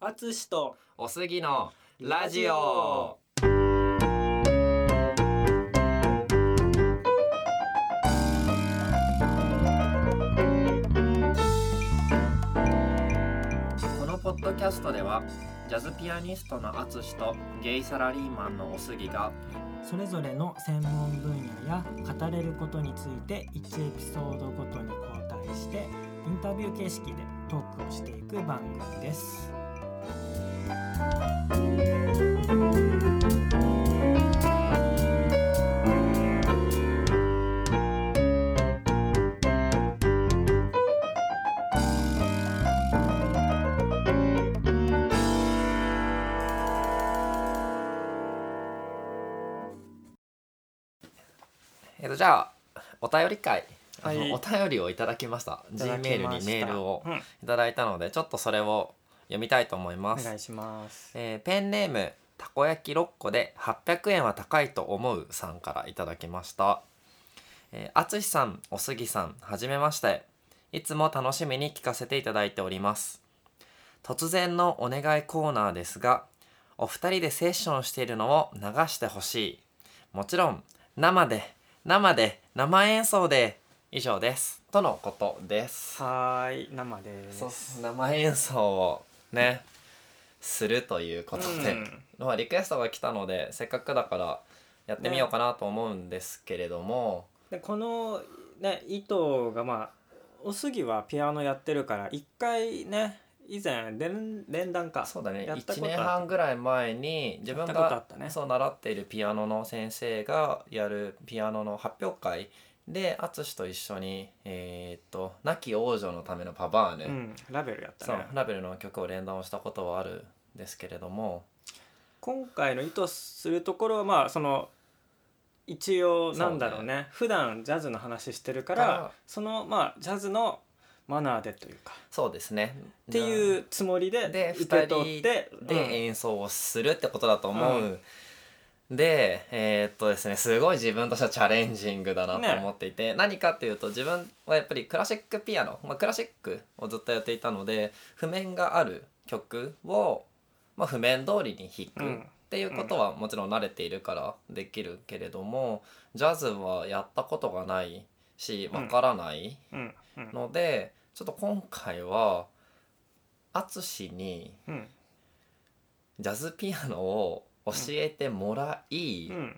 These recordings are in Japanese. あつしとおすぎのラジオ。このポッドキャストではジャズピアニストのあつしとゲイサラリーマンのおすぎがそれぞれの専門分野や語れることについて1エピソードごとに交代してインタビュー形式でトークをしていく番組ですえっとじゃあお便り会、あのはいお便りをいただきましたい G ただきまメしたールにメールをうんいただいたのでちょっとそれを読みたいと思いまおす願いしますえーペンネームたこ焼き6個で800円は高いと思うさんからいただきましたえーあつしさんおすぎさんはじめましていつも楽しみに聞かせていただいております突然のお願いコーナーですがお二人でセッションしているのを流してほしいもちろん生で生で生演奏で以上ですとのことですはーい生ですそうっす生演奏をねするということで、うんまあリクエストが来たのでせっかくだからやってみようかなと思うんですけれども、でこのね糸がまあおすぎはピアノやってるから一回ね以前連連弾かそうだねやったこ1とあっ年た半ぐらい前に自分やったことあがっ、たねそう習っているピアノの先生がやるピアノの発表会で淳と一緒に「えーっと亡き王女のためのパバーヌ」うんラベルやったそうねラベルの曲を連弾をしたことはあるんですけれども今回の意図するところはまあその一応なんだろうね普段ジャズの話してるからからそのまあジャズのマナーでというかそうですね。ってういうつもりでで受け2取人ってでうん演奏をするってことだと思う、でえーっとですねすごい自分としてはチャレンジングだなと思っていて、何かっていうと自分はやっぱりクラシックピアノ、まあ、クラシックをずっとやっていたので譜面がある曲を、まあ、譜面通りに弾く。うんっていうことはもちろん慣れているからできるけれども、ジャズはやったことがないしわからない、うんうんのでちょっと今回は淳にうんジャズピアノを教えてもらい、うん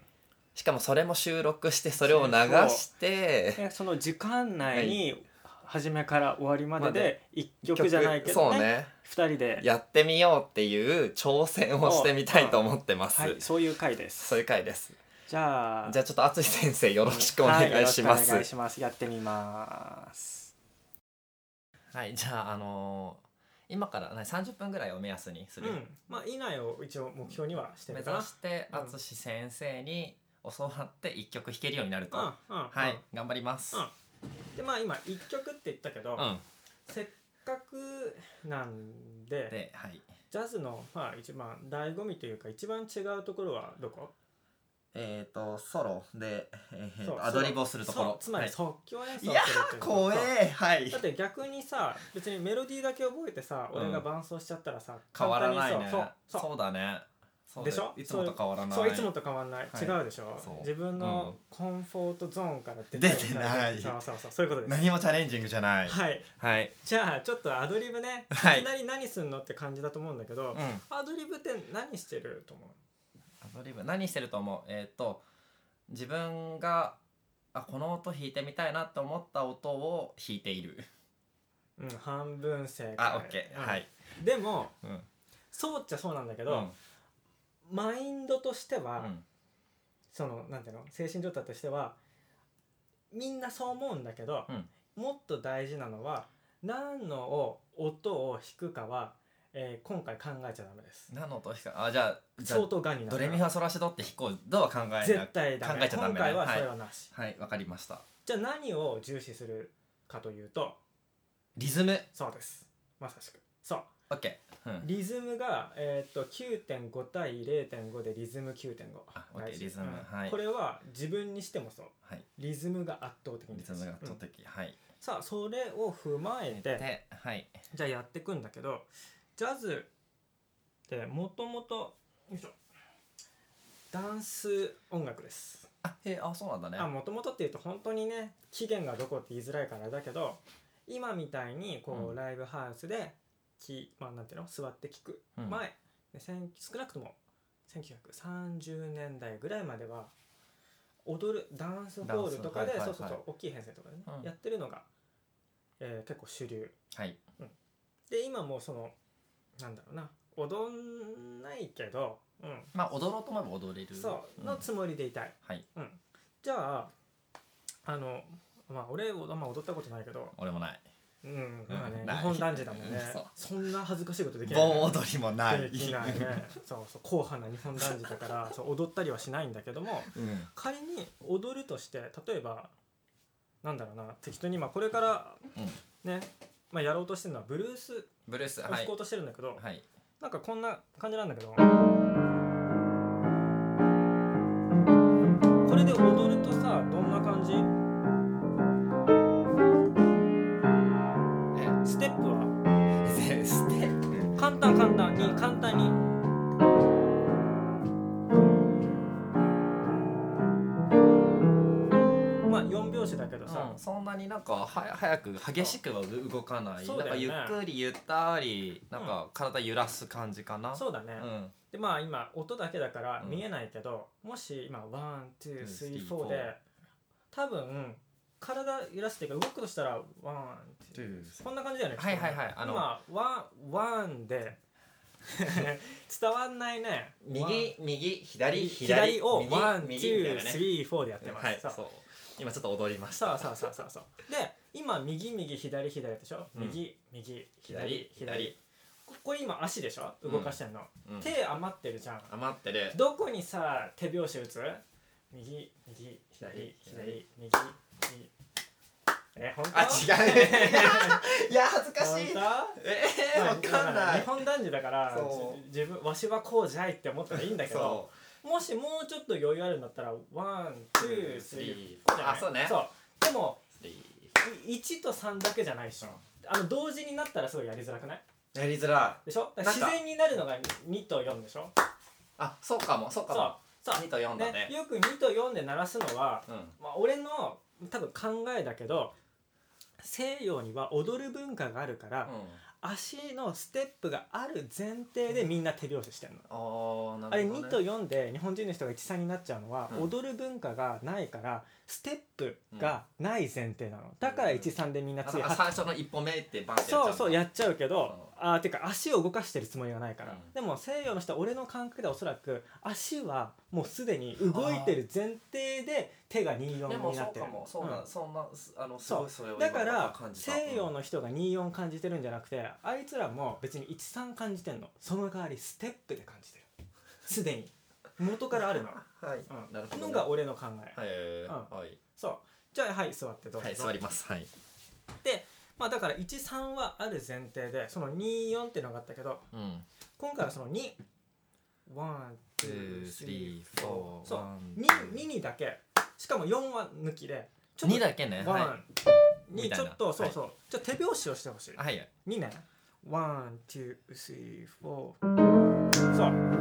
しかもそれも収録してそれを流してでその時間内に初めから終わりまでで一曲じゃないけどそうねね二人でやってみようっていう挑戦をしてみたいと思ってます、はいそういう回でそういすう回ですじゃあじゃあちょっと淳先生よろしくおは願いよいろしくますおは願いい、しますやってみますじゃああのー今から、ね、30分ぐらいを目安にする、まあ以内を一応目標にはして目指して淳先生に教わって1曲弾けるようになると、うんうんはい、頑張ります。うんでまあ今一曲って言ったけど、うん、せっかくなんでで、はい。ジャズのまあ一番醍醐味というか一番違うところはどこ、えっ、と、ソロで、えーそうとアドリブをするとこそろう。つまはりい即興演奏いをやするってー、いうこと怖えー、はいだっ。て逆にさ別にメロディーだけ覚えてさ、うん俺が伴奏しちゃったらさ変わらない簡単ねにそう。そうそうだね。そうでだしょいつもと変わらない。そういつもと変わんない、はい違うでしょそう自分のコンフォートゾーンから出出てないそうそうそうそういうことです、何もチャレンジングじゃない。はいはい。じゃあちょっとアドリブね、はいいきなり何すんのって感じだと思うんだけど、うん。アアドリブって何してると思うドリブ、何してると思うえっ、と、自分が、あ、この音弾いてみたいなと思った音を弾いている。うん、半分正解あ、オッケー。うんはい。でもうん。そうっちゃそうなんだけけど、マインドとしてうは、ん。そのなんていうの精神状態としてはみんなそう思うんだけど、うんもっと大事なのは何のを音を弾くかは、えー今回考えちゃダメです何の音弾くあ、じゃあ、じゃあ相当がんになドるレミファソラシドって弾こうどうは考えな絶対ダメ考えちゃダメね今回はそれはなし、はいわかりましたじゃあ何を重視するかというとリズムそうですまさしくそう OK、うん、リズムが、えー、と9.5対0.5でリズム9.5あ大事 OK リズムうんはいこれは自分にしてもそうはいリズムが圧倒的にリズ大事ムが圧倒うん的、はいさあそれを踏まえてではいじゃあやっていくんだけどジャズでもともとよいしょダンス音楽ですあへえあそうなんだねあもともとっていうと本当にね期限がどこって言いづらいからだけど今みたいにこう、うんライブハウスでき、まあ、なんていうの座って聞くうん前、で千少なくとも1930年代ぐらいまでは踊るダンスホールとかでダンスはいはいはいそうそうそう大きい編成とかでね、うんやってるのが、えー結構主流はいで今もうそのなんだろうな踊んないけど、うん、まあ踊ろうと思えば踊れるそううんのつもりでいたい、はいじゃああのまあ俺、まあ、踊ったことないけど俺もないうんまあねうん日本男児だもんねうん そうそんな恥ずかしいことできない、盆踊りもないできないねそうそう硬派な日本男児だからそう踊ったりはしないんだけども うん仮に踊るとして例えばなんだろうな適当に今これからうんね、まあ、やろうとしてるのはブルースをブルースは弾いこうとしてるんだけど、はいなんかこんな感じなんだけど、これで踊るとさどんな感じステップはえステップ簡単簡単に簡単にまあ4拍子だけどさ、うん、そんなになんかは早く激しくは動かない、そうなんかだよねゆっくりゆったりなんか体揺らす感じかな、そうだね、うんでまあ今音だけだからうん見えないけど、もし今ワンツースリーフォー four で多分体揺らしてか動くとしたらワンツーこんな感じだよねはいはいはいあの今ワンワンで 伝わんないねワン右右左左を右ワンツ右みたいーなねスリーフォーでやってます、はいさそう今ちょっと踊りまあしさたあさあさあさあさあで今右右左左でしょ、うん右右左左左左ここ今足でしょ動かしてんの、うん手余ってるじゃん余ってるどこにさ手拍子打つ右右左左右右え本当 あ違ういや恥ずかしい本え当ー、わかんまあな日い本男児だからそうじ自分わしはこうじゃいって思ったらいいんだけどそもしもうちょっと余裕あるんだったらワンツースリスリーーあそうねそうでもうい1と3だけじゃないでしょあの同時になったらすごいやりづらくないやりづらいでしょだからなん自か然になるのが2と4でしょあそうかもそうそかうもそう2と4だねねよく2と4で鳴らすのはうんまあ、俺の多分考えだけど西洋には踊る文化があるから、うん足のステップがある前提でみんな手拍子してるの。あーなあれるほど、ね、 2と4で日本人の人が13になっちゃうのは、うん踊る文化がないからステップがない前提なの、だから13でみんなあついのあ最初の一歩目ってバンってやっちゃそうそうやっちゃうけど、あーてか足を動かしてるつもりがないから、うんでも西洋の人は俺の感覚ではおそらく足はもうすでに動いてる前提で手がうで24もにそなっうてるかもそううんな、そんなすあのすそごういそれをだから感じた西洋の人が24感じてるんじゃなくてあいつらも別に13感じてんのその代わりステップで感じてるすでに元からあるの、 うんはい、うん、なるほどのが俺の考え、はい、うんはいそうじゃあはい座ってどうぞ、はい座りますはいでまあだから13はある前提でその24ってのがあったけどうん今回はその2ワンツースリーフォーそう2 2にだけしかも4は抜きでちょっと2だけねワン、はにみたちいょなっとそうそう、じゃあ手拍子をしてほしいいはい2ね One, two, three, four そう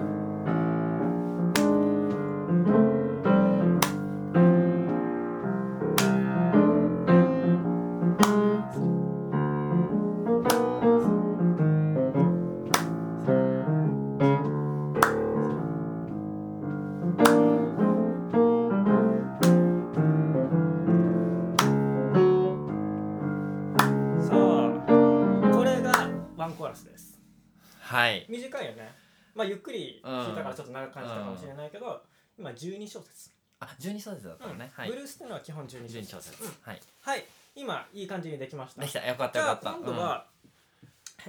そうこれがワンコーラスですはい短いよねまあゆっくり弾いたからちょっと長く感じたかもしれないけど、今12小節、あ12小節だったのね、はいブルースっていうのは基本12小12節小節、はいはい今いい感じにできましたできたよかっじたよゃかあった今度、は、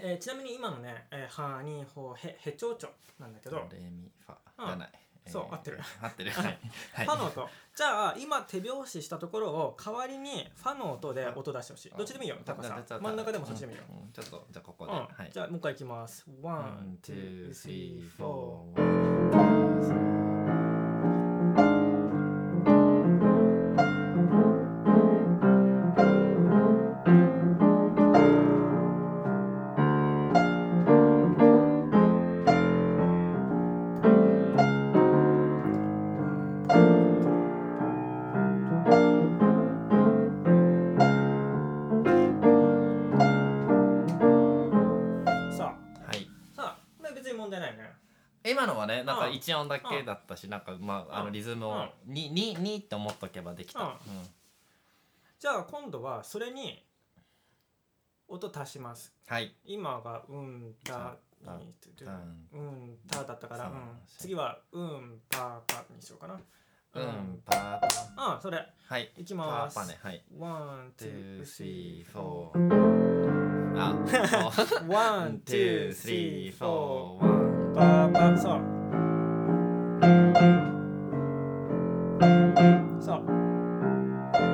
えーちなみに今のね「えー、はにほへへちょうちょ」なんだけうんどドレミファうんじゃない、そう合ってる合 ってるはいはいファの音じゃあ今手拍子したところを代わりにファの音で音出してほしいどっちでもいいよ高さ真ん中でもそっちでもいいよ、、うんうんちょっとじゃあこうこんで、はいじゃあもう一回いきますワン One, ツー two, スリ three, ーフォー four. そう別に問題ないね今のはねなんかうん一音だけだったし、なんかまああうのんリズムを「に」に「に」って思っとけばできた、うんうんじゃあ今度はそれに音足しますはい今が「うんた」たに「たんうんた」だったから、、そううん次は「うんぱぱ」にしようかな「うん」「パーパーあそれ」はいいき「パまーすパーねはいワン、 「ツツーー、ススリリー、ーフフォォー」あそー。うワ1ン、ツー、 2スリー、 3フォー。 4 1バーバー、そう。そう。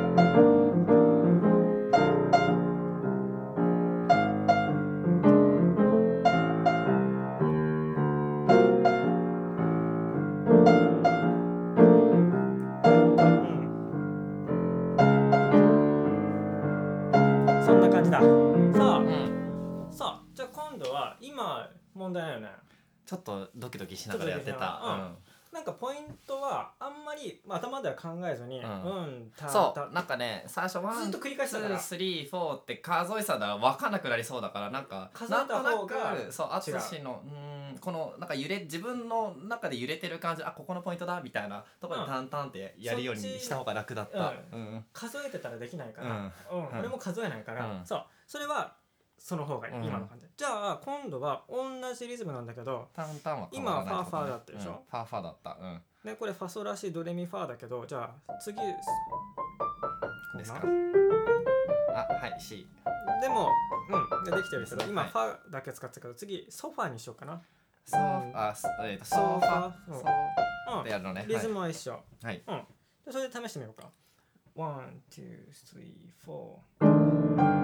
うんそんな感じだ。さあ。うんさあじゃあ今度は今問題ないよねちょっとドキドキしながらやってちょっとドキドキしながらたなんかポイントはあんまり、まあ、頭では考えずに「ううんん」うたたんそうなんかね最初ワずンっとツ繰り返してたからースリーフォーって数えてたら分かんなくなりそうだからなんか数えなんとたな方がくそう違う淳のうーんこのなんか揺れ自分の中で揺れてる感じあここのポイントだみたいなとこにうん淡々ってやるようにそっちした方が楽だったうん数えてたらできないから、うんうんうん俺も数えないから、うんそうそれはその方がいい、うん今の感じじゃあ今度は同じリズムなんだけど、淡々は変わらない今はファーファーだったでしょうんファーファーだったうんね、これファソらしいドレミファだけどじゃあ次こうですかなあはい C でもうんでできてるけど今はいファだけ使ってたけど次ソファにしようかなソファあすえーとソファソファソファうんってやるのねリズムは一緒、はいうんでそれで試してみようかワン、ツー、スリー、フォ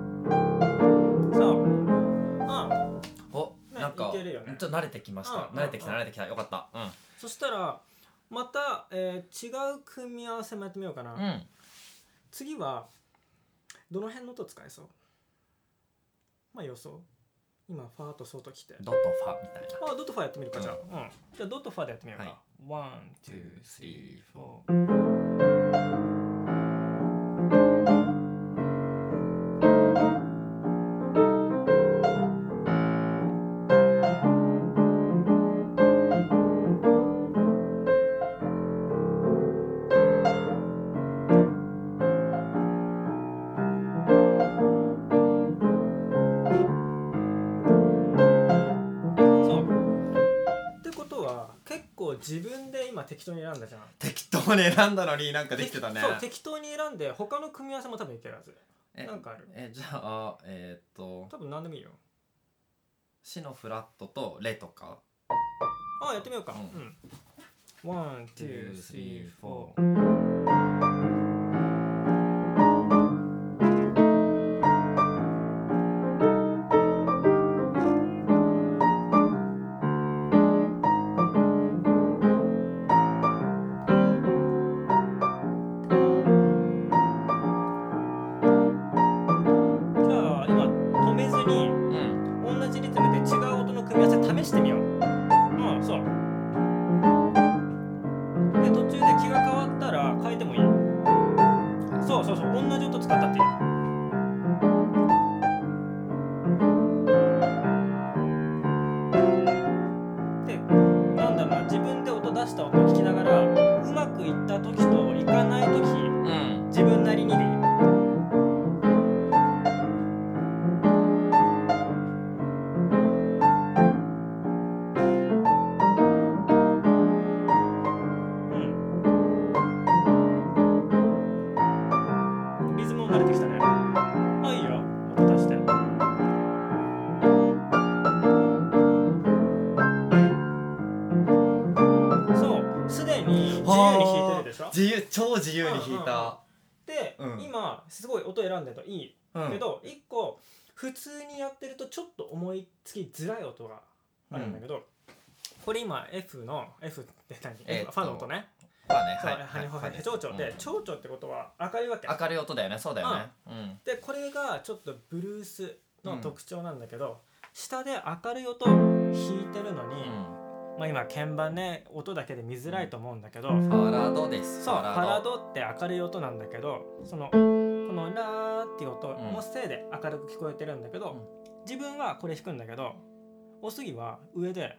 ーそううんおねなんかいけるよねちょっと慣れてきましたうん慣れてきたうん慣れてきたよかったうんそしたらまた、えー違う組み合わせもやってみようかな、うん次はどの辺の音使えそうまあ予想今ファーとソと来てドットファみたいなあドットファやってみるかじゃあ、ううんじゃあドットファでやってみようはいかワン、ツ two, ー、スリ three, ー、フォー four.。そうってことは結構自分で今適当に選んだじゃん適当に選んだのになんかできてたねそう適当に選んで他の組み合わせも多分いけるはずえなんかあるえじゃあえーっと多分何でもいいよ「シ」のフラットと「レ」とかあやってみようかううんワン、 「ツー、スリー、フォーーじゃあ今止めずに」うん同じリズムで違う音の組み合わせ試してみよううんそうで途中で気が変わったら変えてもいいそうそうそう同じ音使ったっていいでなんだろうな自分で音出した音を聞きながらうまくいった時といかない時うん自分なりにでいいうんリズムも慣れてきたねあいいよ音出してそうすでに自由に弾いてるでしょ自由超自由に弾いたで、うん今すごい音選んでるといいうんけど、一個普通にやってるとちょっと思いつきづらい音があるんだけど、これ今 F の F って何、えーっ F とファの音ねまあねそうはい羽は穂い羽蝶々って蝶々ってことは明るいわけうん明るい音だよねそうだよねうんでこれがちょっとブルースの特徴なんだけど、下で明るい音弾いてるのに、まあ、今鍵盤ね音だけで見づらいと思うんだけど、ファラドですそうフファァララドドって明るい音なんだけどそのこの「ラー」っていう音のせいで明るく聞こえてるんだけど、自分はこれ弾くんだけどおすぎは上で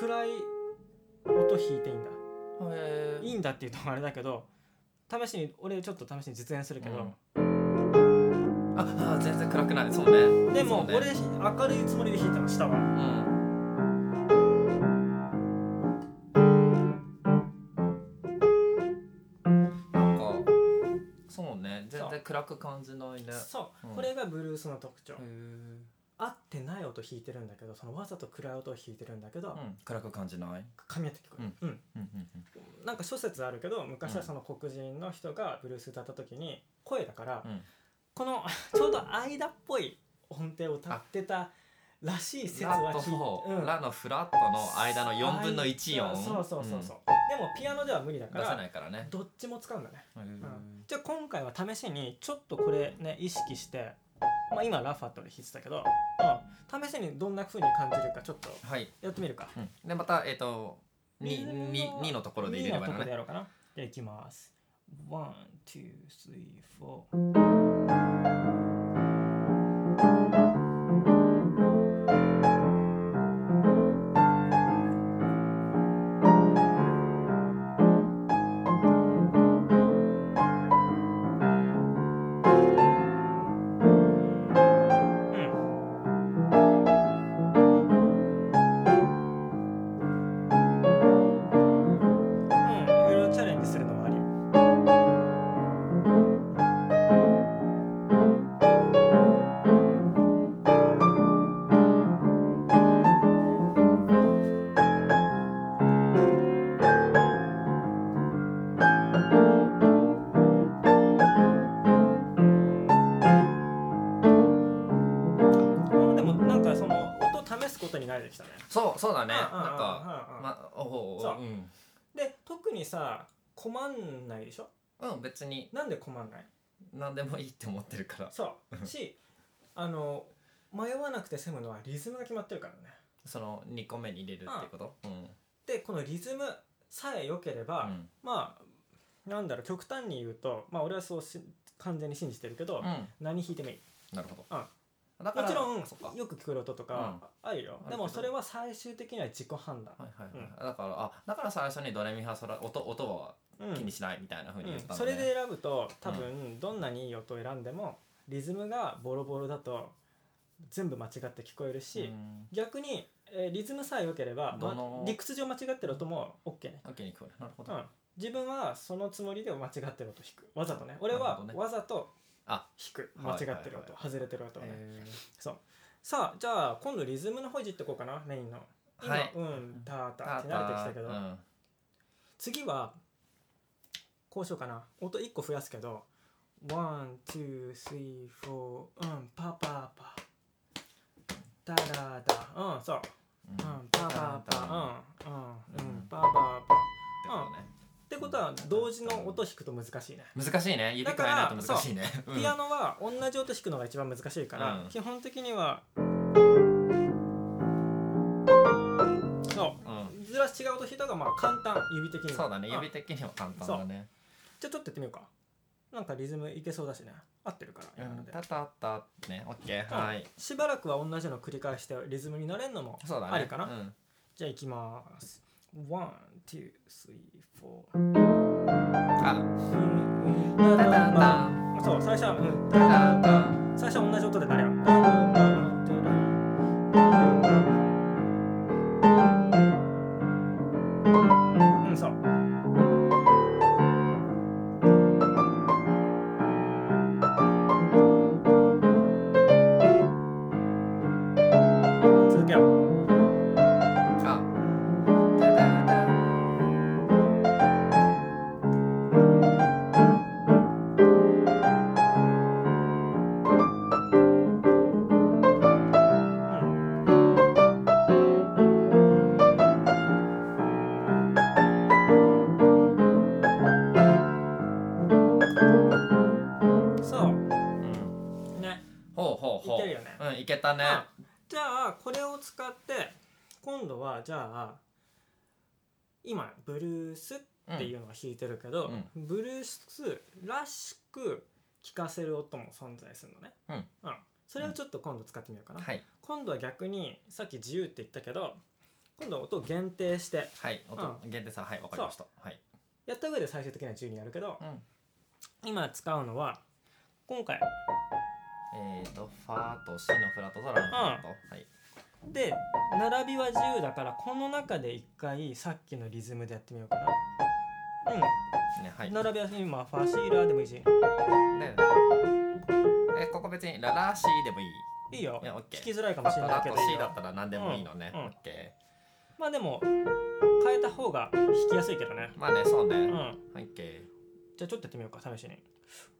暗い音弾いていいんだへいいんだっていうとあれだけど試しに俺ちょっと試しに実演するけど、ああ全然暗くないそうねでもそうね俺明るいつもりで弾いたの下は。うんなんかそうね全然暗く感じないねそう、うんこれがブルースの特徴、へー合ってない音弾いてるんだけどそのわざと暗い音を弾いてるんだけど、うん暗く感じない噛み合って聞こえる、うんうんうんうんなんか諸説あるけど昔はその黒人の人がブルース歌った時に声だから、うんこのちょうど間っぽい音程を歌ってたらしい説はラと聞いそうラのフラットの間の4分の1あ音そうそうそうそう、でもピアノでは無理だか出せならいからねどっちも使うんだねへーじゃあ今回は試しにちょっとこれね意識して、まあ、今ラファットで弾いてたけど、うん、試しにどんな風に感じるかちょっとはいやってみるか。うんでまたえっと水の 2, 2, のところで入れればいいいいのとこでねやろうかな。じゃあいきます。ワン、ツー、スリー、フォー。うんうん、いろいろチャレンジするのもあり。あでもなんかその音を試すことに慣れてきたね。そうそうだうんねなうんんうんかうんうんまおおおそううんで特にさ困んないでしょうん別になんで困んない何でもいいって思ってるからそうしあの迷わなくて済むのはリズムが決まってるからねその2個目に入れるってことうんでこのリズムさえ良ければ、うんまあなんだろう極端に言うとまあ俺はそうし完全に信じてるけど、うん何弾いてもいいなるほどあだかもらちろんそっかよく聞こえる音とか、あるよあるけどでもそれは最終的には自己判断、はいはいはい、うんだからあだから最初にドレミファソラ音音はうん気にしないみたいな風に言ったんうだん、ねそれで選ぶと多分どんなにいい音を選んでもリズムがボロボロだと全部間違って聞こえるし、うん逆に、えーリズムさえ良ければ、どのま理屈上間違ってる音も OK ね、オッケーに聞こえるなるほうど、ん、自分はそのつもりで間違ってる音弾くわざとね俺なるはほどねわざと弾あくはい間違ってる音、はいは外れてる音をね、へーそうさあじゃあ今度リズムの方いじってこうかなメインの今、はいうんターターあって慣れてきたけど、うん次はこうしようかな音1個増やすけどワンツースリーフォーうんパパパダダダうんそうううんんパパうんっパうんうんううんんパパパてことねってことは同時の音弾くと難しいね難しいね指変えないと難しいねうんピアノは同じ音弾くのが一番難しいから、うん基本的にはそううんずらし違う音弾いた方がまあ簡単指的にはそうだねん指的には簡単だねじゃあちょっとやってみようかなんかリズムいけそうだしね合ってるからう今のんでたたたってねオッケーうんはいしばらくは同じの繰り返してリズムになれるのもそうだねありかなうんじゃあいきますワン、ツー、スリー、フォーあうんたたたそう最初は、うん、たたた最初は同じ音でなれようんそう続けようあうん、いけるよね、うんいけたねあじゃあこれを使って今度はじゃあ今ブルースっていうのが弾いてるけど、ブルースらしく聴かせる音も存在するのね、うんそれをちょっと今度使ってみようかな、はい今度は逆にさっき自由って言ったけど今度は音を限定してはい音限定さんはいわかりましたはいやった上で最終的には自由にやるけどう、ん今使うのは今回えーとファとシのフラットとラのフラットはいで並びは自由だからこの中で一回さっきのリズムでやってみようかなうんねはい並びは今ファシーラーでもいいしねえここ別にララシーでもいいいいよいやオッケー聞きづらいかフもァしとれないラけどとシだったら何でもいいのねうんうんオッケまあでも変えた方が弾きやすいけどねーまあねそううねんオッケじゃあちょっとやってみようか試しに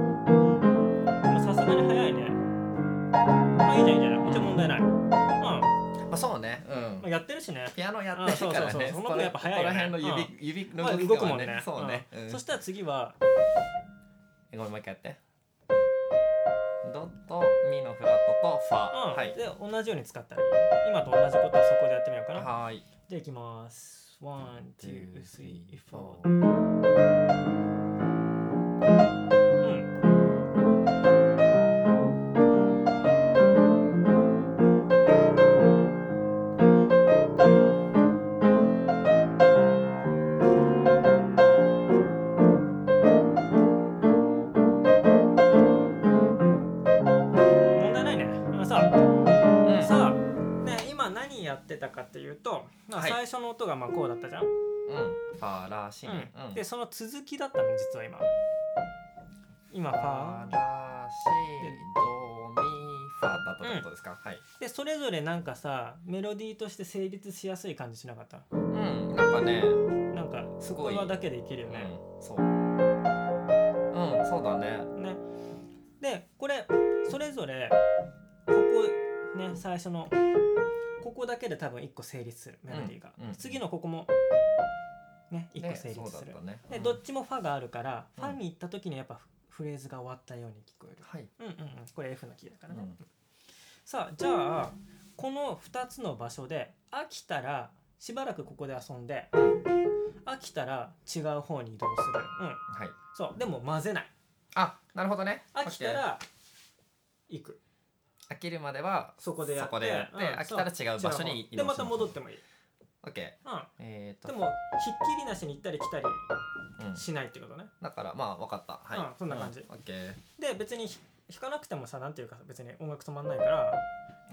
でもさすがに早いねあいいじゃんいいじゃんこっちは問題ないうんまーまあそうねうんあやってるしねピアノやってるからうんそうそうねそうそのこ分れやっぱ早いよねここら辺の指指のまあ動き動くとかもはんねそうねうんうんそしたら次はごめんもう一回やってドとミのフラットとファうん、はいで同じように使ったらいい今と同じことをそこでやってみようかなはーいじゃあいきますワン・ツー・スリー・フォーーうん問題ないねあさうんさあ、ね、今何やってたかっていうと、まあはい最初の音がまあこうだったじゃん、うんファラシねうんうんでその続きだったの実は今今フファァラシドミファだったってことですかはいでそれぞれなんかさメロディーとして成立しやすい感じしなかったうんなんかねなんかすこごいれはだけでいけるうよね、んそううんそうだねねでこれそれぞれここね最初のここだけで多分1個成立するメロディーが、うんうん次のここもね1個成立ねそすうるだったねでうんどっちもファがあるから、うんファに行った時にやっぱフフレーズが終わったように聞こえる、はいうんうんうん、これ F のキーだかうらね、んさあじゃあこの2つの場所で飽きたらしばらくここで遊んで飽きたら違う方に移動する、うん、はいそうでも混ぜないあなるほどね飽きたら行く飽きるまではそこでやってそこでやってうん飽きたら違う場所にそう移で動ますたる戻ってもいい、オッケうん、ーえーでともひっきりなしに行ったり来たりうんしないってことねだからまあわかったはいうんそんな感じオッケーで別にひ弾かなくてもさなんていうか別に音楽止まんないから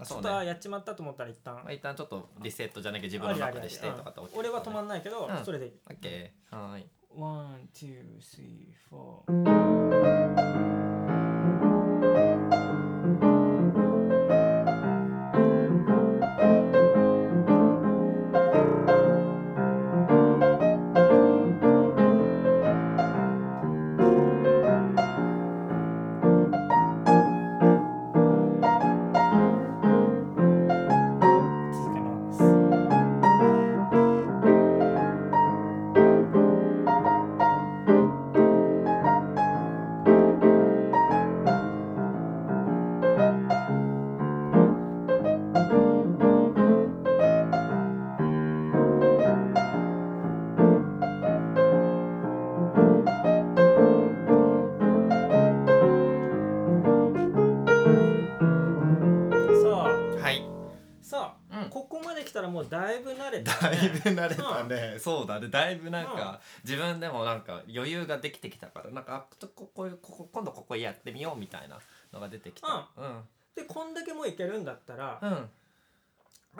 あちそょうっねとあやっちまったと思ったら一旦まあ一旦ちょっとリセットじゃなきゃ自分の中でしてとかってうん俺は止まんんないけど、うんそれでいいオッケーはーいワン、ツー、スリー、フォー。続けます。さあ。はいさあ、うんここまで来たらもうだいぶ慣れただね、いぶ慣れたね、そうだねだいぶなんうんか、自分でもなんか余裕ができてきたからなんかあちょっとここここ今度ここやってみようみたいなのが出てきたうんでこんだけもういけるんだったら、うん、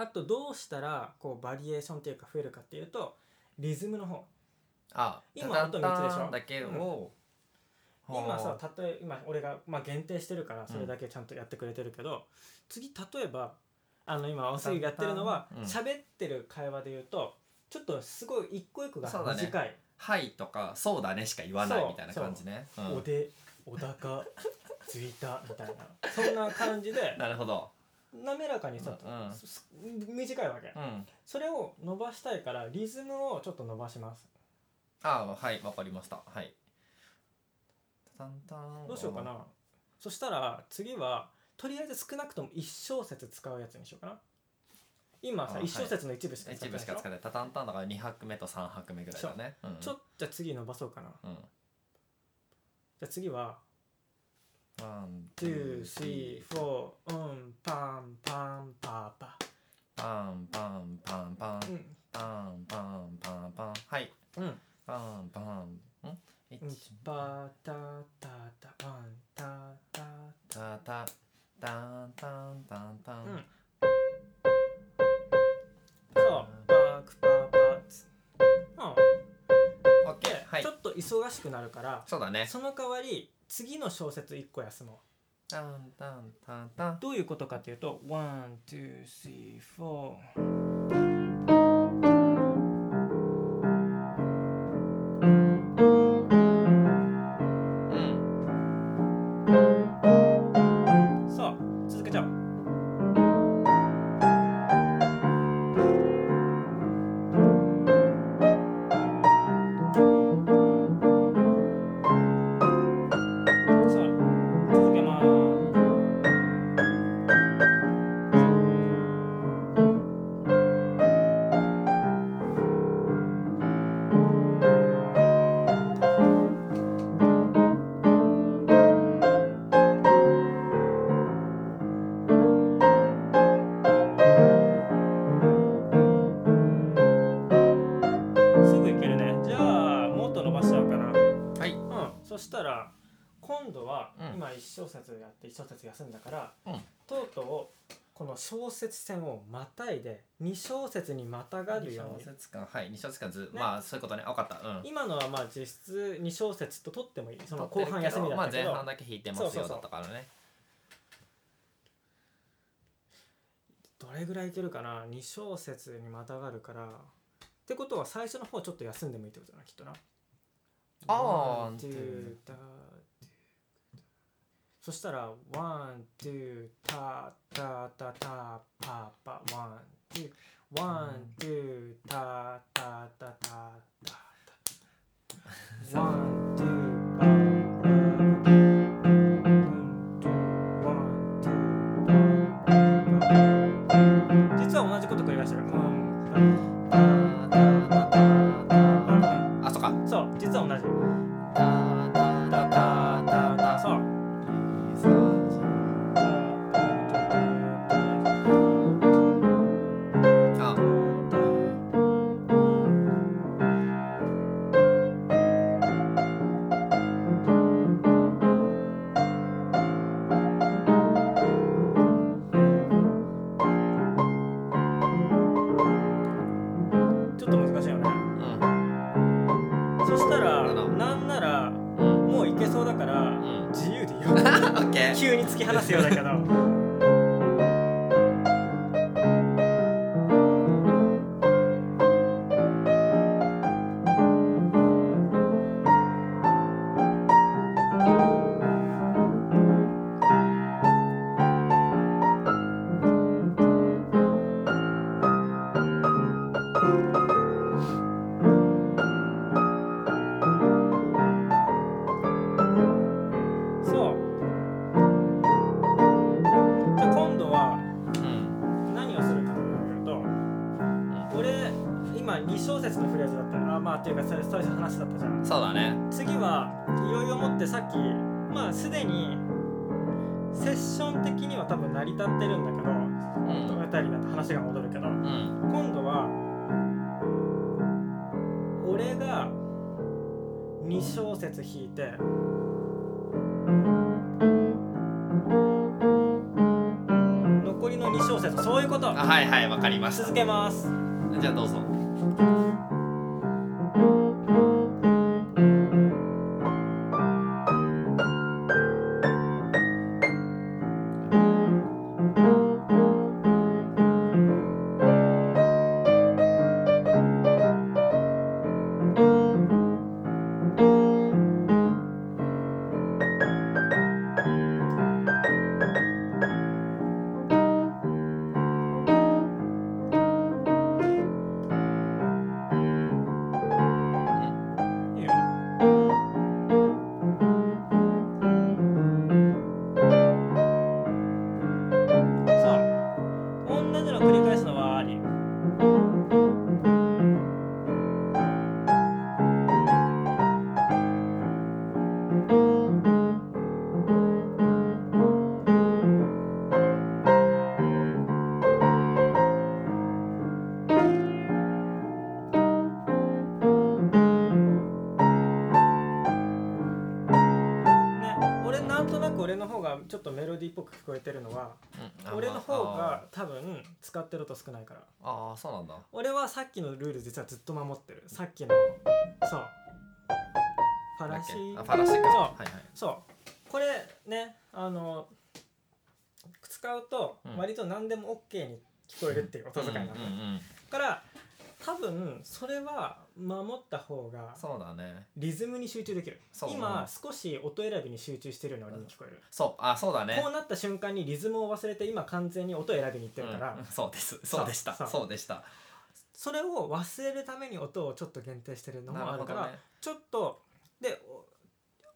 あとどうしたらこうバリエーションっていうか増えるかっていうとリズムの方あ今タタンタンあと三つでしょだけを、今はさあたとえ今俺が、まあ、限定してるからそれだけちゃんとやってくれてるけど、次例えばあの今おすぎがやってるのはうん喋ってる会話で言うとちょっとすごい一個一個がそうだね短いはい」とか「そうだね」しか言わないみたいな感じね。うおんでおだかついたみたいなそんな感じでなるほど。滑らかにさ、うんすす短いわけ、うん。それを伸ばしたいからリズムをちょっと伸ばしますああはいわかりました。はい。タタンタンどうしようか。なそしたら次はとりあえず少なくとも1小節使うやつにしようかな今さあ1小節の一部しか使一ってな部いしでかしょ使ってないタタンタンだから2拍目と3拍目ぐらいだね。うんうんちょっじゃあ次伸ばそうかなじうん。ゃあ次はワン、 「234うんパンパンパーパパンパンパンパンー」うんパンパンパンパンはいうんパンパンん一うんパタタタパンタタタタタンタンタンタタンうんそうパクパーパーつうオッんケーで、はいちょっと忙しくなるからそうだねその代わり次の小節1個休もうタンタンタンタンどういうことかというと1234うんそう続けちゃおうそう続けますすぐいけるねじゃあもっと伸ばしちゃうかなはいうん、そしたら今度はうん今1小節やって1小節休んだから、うんとうとうこの小節線をまたいで2小節にまたがるよう小に節間はい二小節間ずまあそういうことね分かったうん今のはまあ実質2小節と取ってもいいその撮っ後てる半けど休みだったけど、まあ前半だけ弾いてますそうそようだそうったからねどれぐらいいけるかな2小節にまたがるからってことは最初の方ちょっと休んでもいいってことだなきっとなあーワンうんツータそしたらワンツータタタタパパワンツーワンツータタタタタタワンツーパパワンツーパパ実は同じこと繰り返してる。うんあそっかそう、実は同じ。そう。あちょっと難しいよねうんそしたならるほどなんならうんもういけそうだからうん自由でいいよオッケー急に突き放すようだけどそうじゃあ今度はうん何をするかというと俺今2小節のフレーズだったあまあっていうか最最初の話だったじゃんそうだね次はいろいろ持ってさっきまあすでにセッション的には多分成り立ってるんだけどうんお便りだと話が戻るけどうん今度は俺が2小節弾いて残りの2小節そういうことあはいはいわかりました続けますじゃあどうぞそうょっとメロディーっぽく聞こえてるのはうんあ俺の方まあが多分使ってる音少ないからあーあーそうなんだ俺はさっきのルール実はずっと守ってるさっきのそうファラシなんだっけあパラシそうかはいはいそうこれねあの使うとうん割と何でも OK に聞こえるっていう音遣いなの、うんうんうんうんから多分それは守った方がそうだねリズムに集中できるそう今少し音選びに集中してるのに聞こえる、そうあそうだねこうなった瞬間にリズムを忘れて今完全に音選びにいってるから、うんそうですそうでしたそうそうそうでしたそれを忘れるために音をちょっと限定してるのもあるからなねちょっとで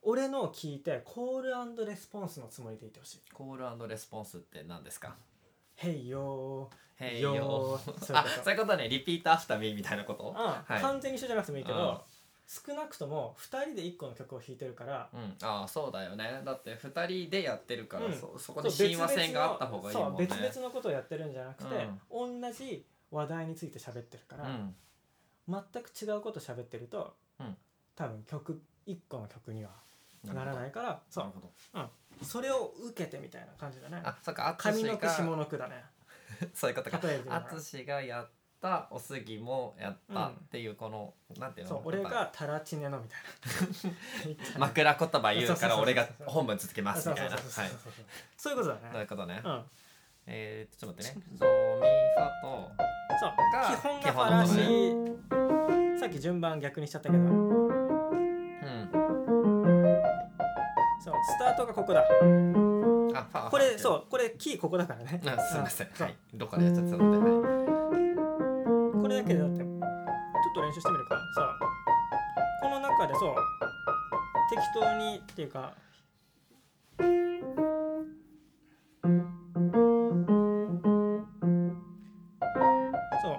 お俺のを聞いてコールレスポンスのつもりでいてほしいコールレスポンスって何ですか「へいよー」へいよーよーそういうあことそういうことねリピートアフターミーみたいなことあはい完全に一緒じゃなくてもいいけど、うん少なくとも2人で1個の曲を弾いてるから、うん、ああそうだよねだって二人でやってるから、うんそそこに親和性があった方がいいもんねそう別々のことをやってるんじゃなくて、同じ話題について喋ってるから、うん全く違うこと喋ってると、うん多分曲1個の曲にはるならないからそなるうほどそれを受けてみたいな感じだねあそうか上淳の句下がの句だね そういうことか例えてみたら淳がやったおすぎもやったっていうこの、なんていうのそう俺なんかが「タラチネの」みたいな枕言葉言うから俺がそうそうそうそう本文続けますそうみそたういなそうはいそうそういうことだそういねうことね、うんえー、ちょっと待ってねドミファとそうが基本基がフ本ァのラことシねさっき順番逆にしちゃったけどうそうスタートがここだんあファこれうそうこれキーここだからねあすいません、うはい、どっかでやっちゃってたので、はい、これだけでだってちょっと練習してみるかそうこの中でそう適当にっていうかそう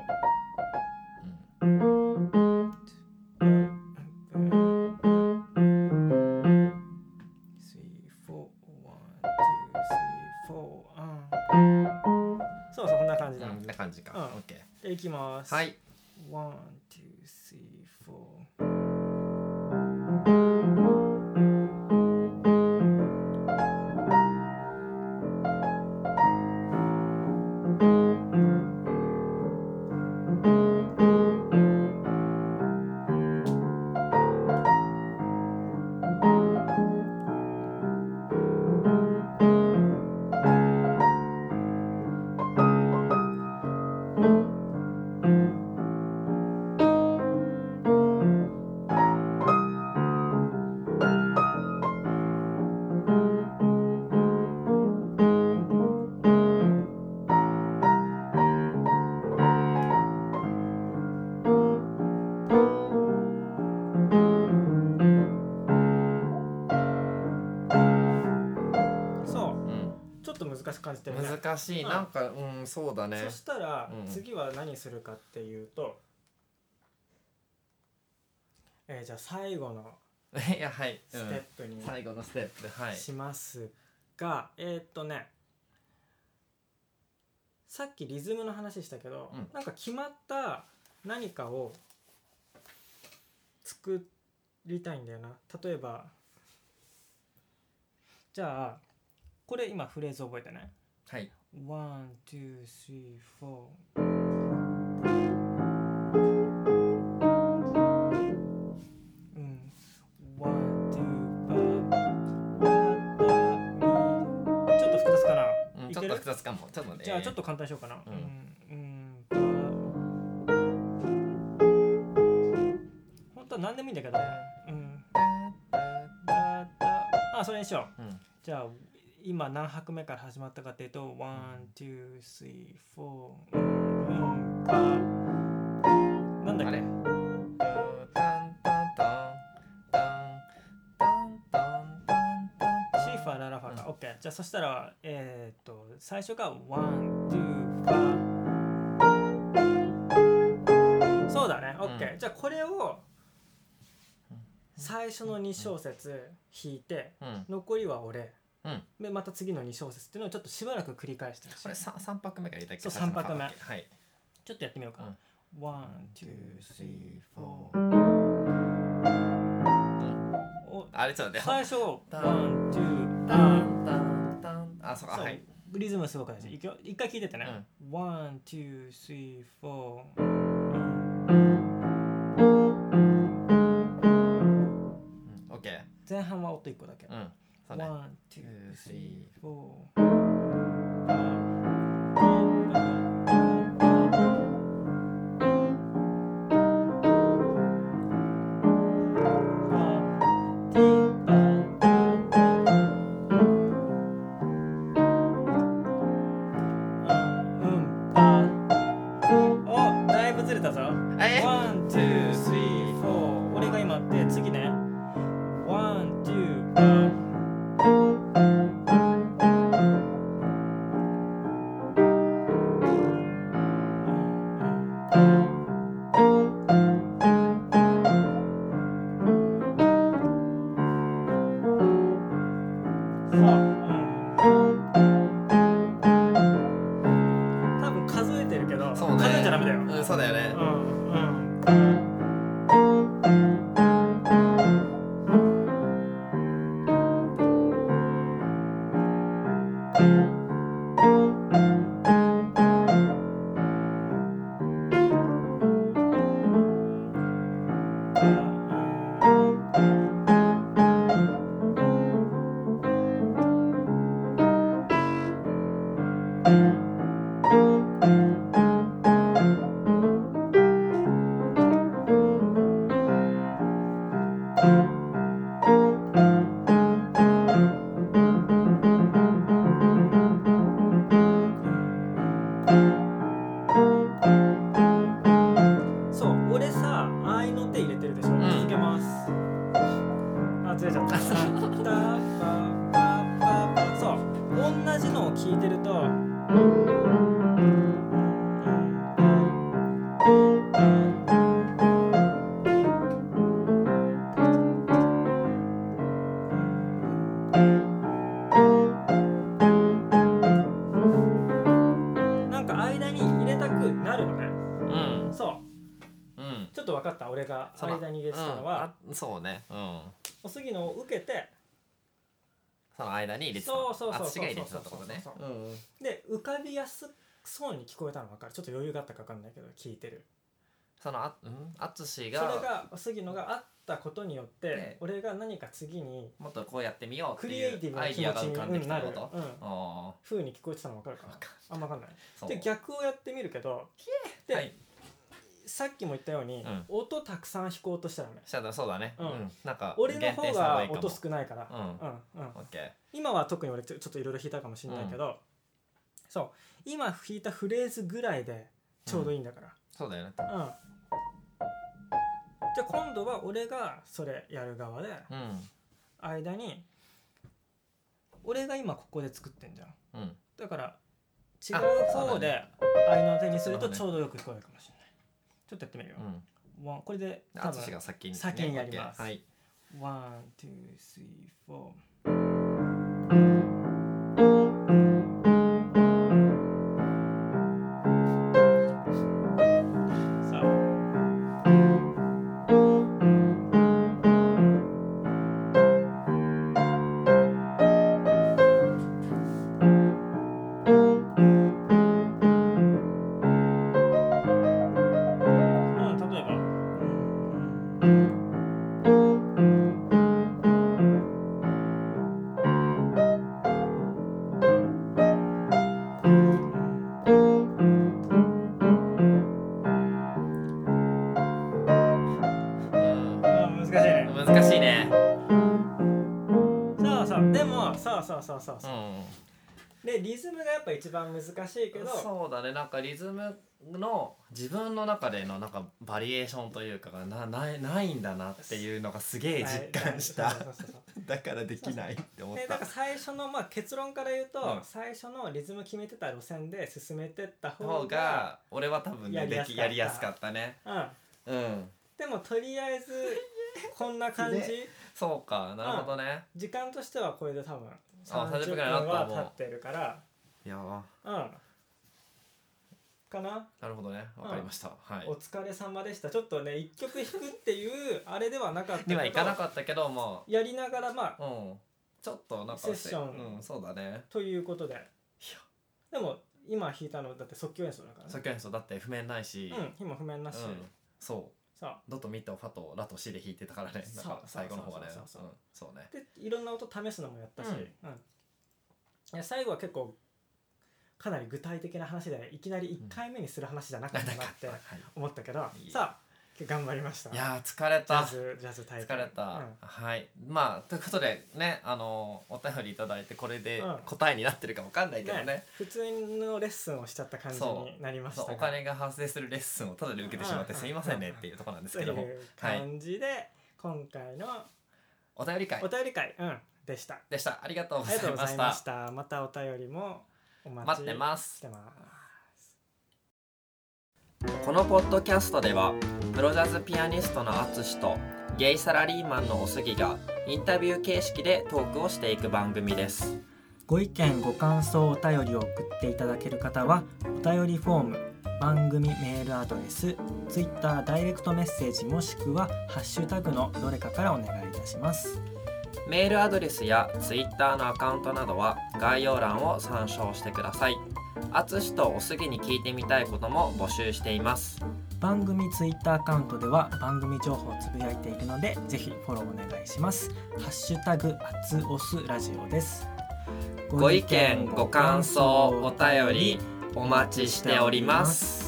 そうそうこんな感じうだ。ん、こんな感じか、うんオッケでいきます。ーはい。 One, two, three, four. そううんちょっと難しく感じてるね。難しい、うんなんかうんそうだねそしたら、うん次は何するかっていうと、えーじゃあ最後のいやはい、うステッん、プに最後のステップはいしますが、えーっとねさっきリズムの話したけど、うんなんか決まった何かを作りたいんだよな例えばじゃあこれ今フレーズ覚えてないはいワン、ツー、スリー、フォー。うん。ワン、ツー、バー。バー、ミー。ちょっと複雑かな。うん、いちょけるっと複雑かもちょっとねじゃあちょっと簡単にしようかな。ううんん、うん、バー。本当は何でもいいんだけどね。うん。バーだ。あ、それにしよう。うんじゃあ今何拍目から始まったかっていうとワン、ツー、スリー、フォー、うん、か、なんだっあれけシーファー、ララファか、うんオッケー。じゃあそしたら、えー、っと、最初がワン、ツー、ファー。そうだね、オッケー。じゃあこれを最初の2小節弾いて、うん残りは俺。うんで、また次の2小節っていうのをちょっとしばらく繰り返してほしいこれ三三拍目から言いたいそう三拍目はいちょっとやってみようか。ワン、ツー、スリー、フォー。おあれちょっと待って最初ワタンン、ツー、タタンンタンタンあそうかそうはいリズムすごく大事いくよ一回聞いててねワン、ツー、スリー、フォーうんオッケー前半は音一個だけうんそうねワン、ツー、スリー、フォーおだいぶずれたぞ。えワン、ツー、スリー、フォー。俺が今って、次ね。ワン、ツー、ワン。そううん多分数えてるけど、そうね数えちゃダメだよ。うんそうだよねうん ờ. そう俺さ合いの手入れてるでしょ、ん続けますあずれち ゃったタパパパパそう同じのを聞いてるとなんか間に入れたくなるのねうんそううんちょっと分かった俺がその間に入れてたのは、うんあそうねうんおすぎのを受けてその間に入れてたそうそうそうそうあっちが入れてたってことねそううんうんで浮かびやすそうに聞こえたの分かるちょっと余裕があったか分かんないけど聞いてるそのあうんあつしそれががおすぎのがあったことによって、ね俺が何か次にもっとこうやってみようっクてリエイテいィうブなアイ気デ持ィアがち浮かんでにうきんたなってることうんああ風に聞こえてたの分かるかな分かあんま分かんないそうで逆をやってみるけどで、はいさっきも言ったように、うん音たくさん弾こうとしたらねそうだそうだねううんんなんか俺の方が音す少ないから、うんうんうんオッケー今は特に俺ちょちょっといろいろ弾いたかもしれないけど、そう今弾いたフレーズぐらいでちょうどいいんだからそうだよねうん、じゃあ今度は俺がそれやる側でうん間に俺が今ここで作ってんじゃんうんだから違あうそ方うだで愛の手にするそとうだねちょうどよく聞こえるかもしれないちょっとやってみるよ、うんワンこれであつしが先にね先にやりますオッケーはいワン、ツー、スリー、フォー。Hmm, さあ Hmm, うん例えば Hmm, うんうん Hmm, 難しいね難しいねそうそうでもそうそうそうそううそう、んでリズムがやっぱ一番難しいけどそうだねなんかリズムの自分の中でのなんかバリエーションというかがなないないんだなっていうのがすげえ実感した、はいはいそうそうそうそ だからできないって思うっでただから最初の、まあ、結論から言うと、うん最初のリズム決めてた路線で進めてった方方がが俺は多分ねややりりややすかったやりやすかっうたねん、うんでもとりあえずこんな感じ ねそうかなるほどね、時間としてはこれで多分30 30分分ぐらいになったはもう経ってるからいやーうんかななるほどねわかりました、はいお疲れ様でしたちょっとね一曲弾くっていうあれではなかったけにどはいかなかったけどもやりながらまあうんちょっとなんかセッションうん、そうだねということでいやでも今弾いたのだって即興演奏だからさっきの人だって譜面ないし、うん今譜面なし、うんそさうドとミとファとラとシで弾いてたからねなんそうか最後の方はねそうそうそうそううんそうねあでいろんな音試すのもやったし、ううんんいや最後は結構かなり具体的な話でいきなり1回目にする話じゃなかなっんただなかってはい思ったけど、いいさあ頑張りましたいやー疲れジャたズジャズ大会疲れた、はいまあということでねあのーお便りいただいてこれでうん答えになってるかわかんなういんけどねね普通のレッスンをしちゃった感じそうになりましたそうがお金が発生するレッスンをただで受けてしまってうんすいませんねっていうところなんですけどともいう感じで、今回のお便り会お便り会、うん、でしたでしたありがとうごあざりいがとうごまざしいまたした。またお便りもお待ち待ってますしてます。このポッドキャストではプロジャズピアニストの淳とゲイサラリーマンのおすぎがインタビュー形式でトークをしていく番組ですご意見ご感想お便りを送っていただける方はお便りフォーム番組メールアドレス Twitter ダイレクトメッセージもしくは「ハッシュタグのどれか」からお願いいたしますメールアドレスやツイッターのアカウントなどは概要欄を参照してください淳とおすぎに聞いてみたいことも募集しています番組 Twitter アカウントでは番組情報をつぶやいているのでぜひフォローお願いします「ハッシュタグあつおすラジオ」ですご意見ご感想お便りお待ちしております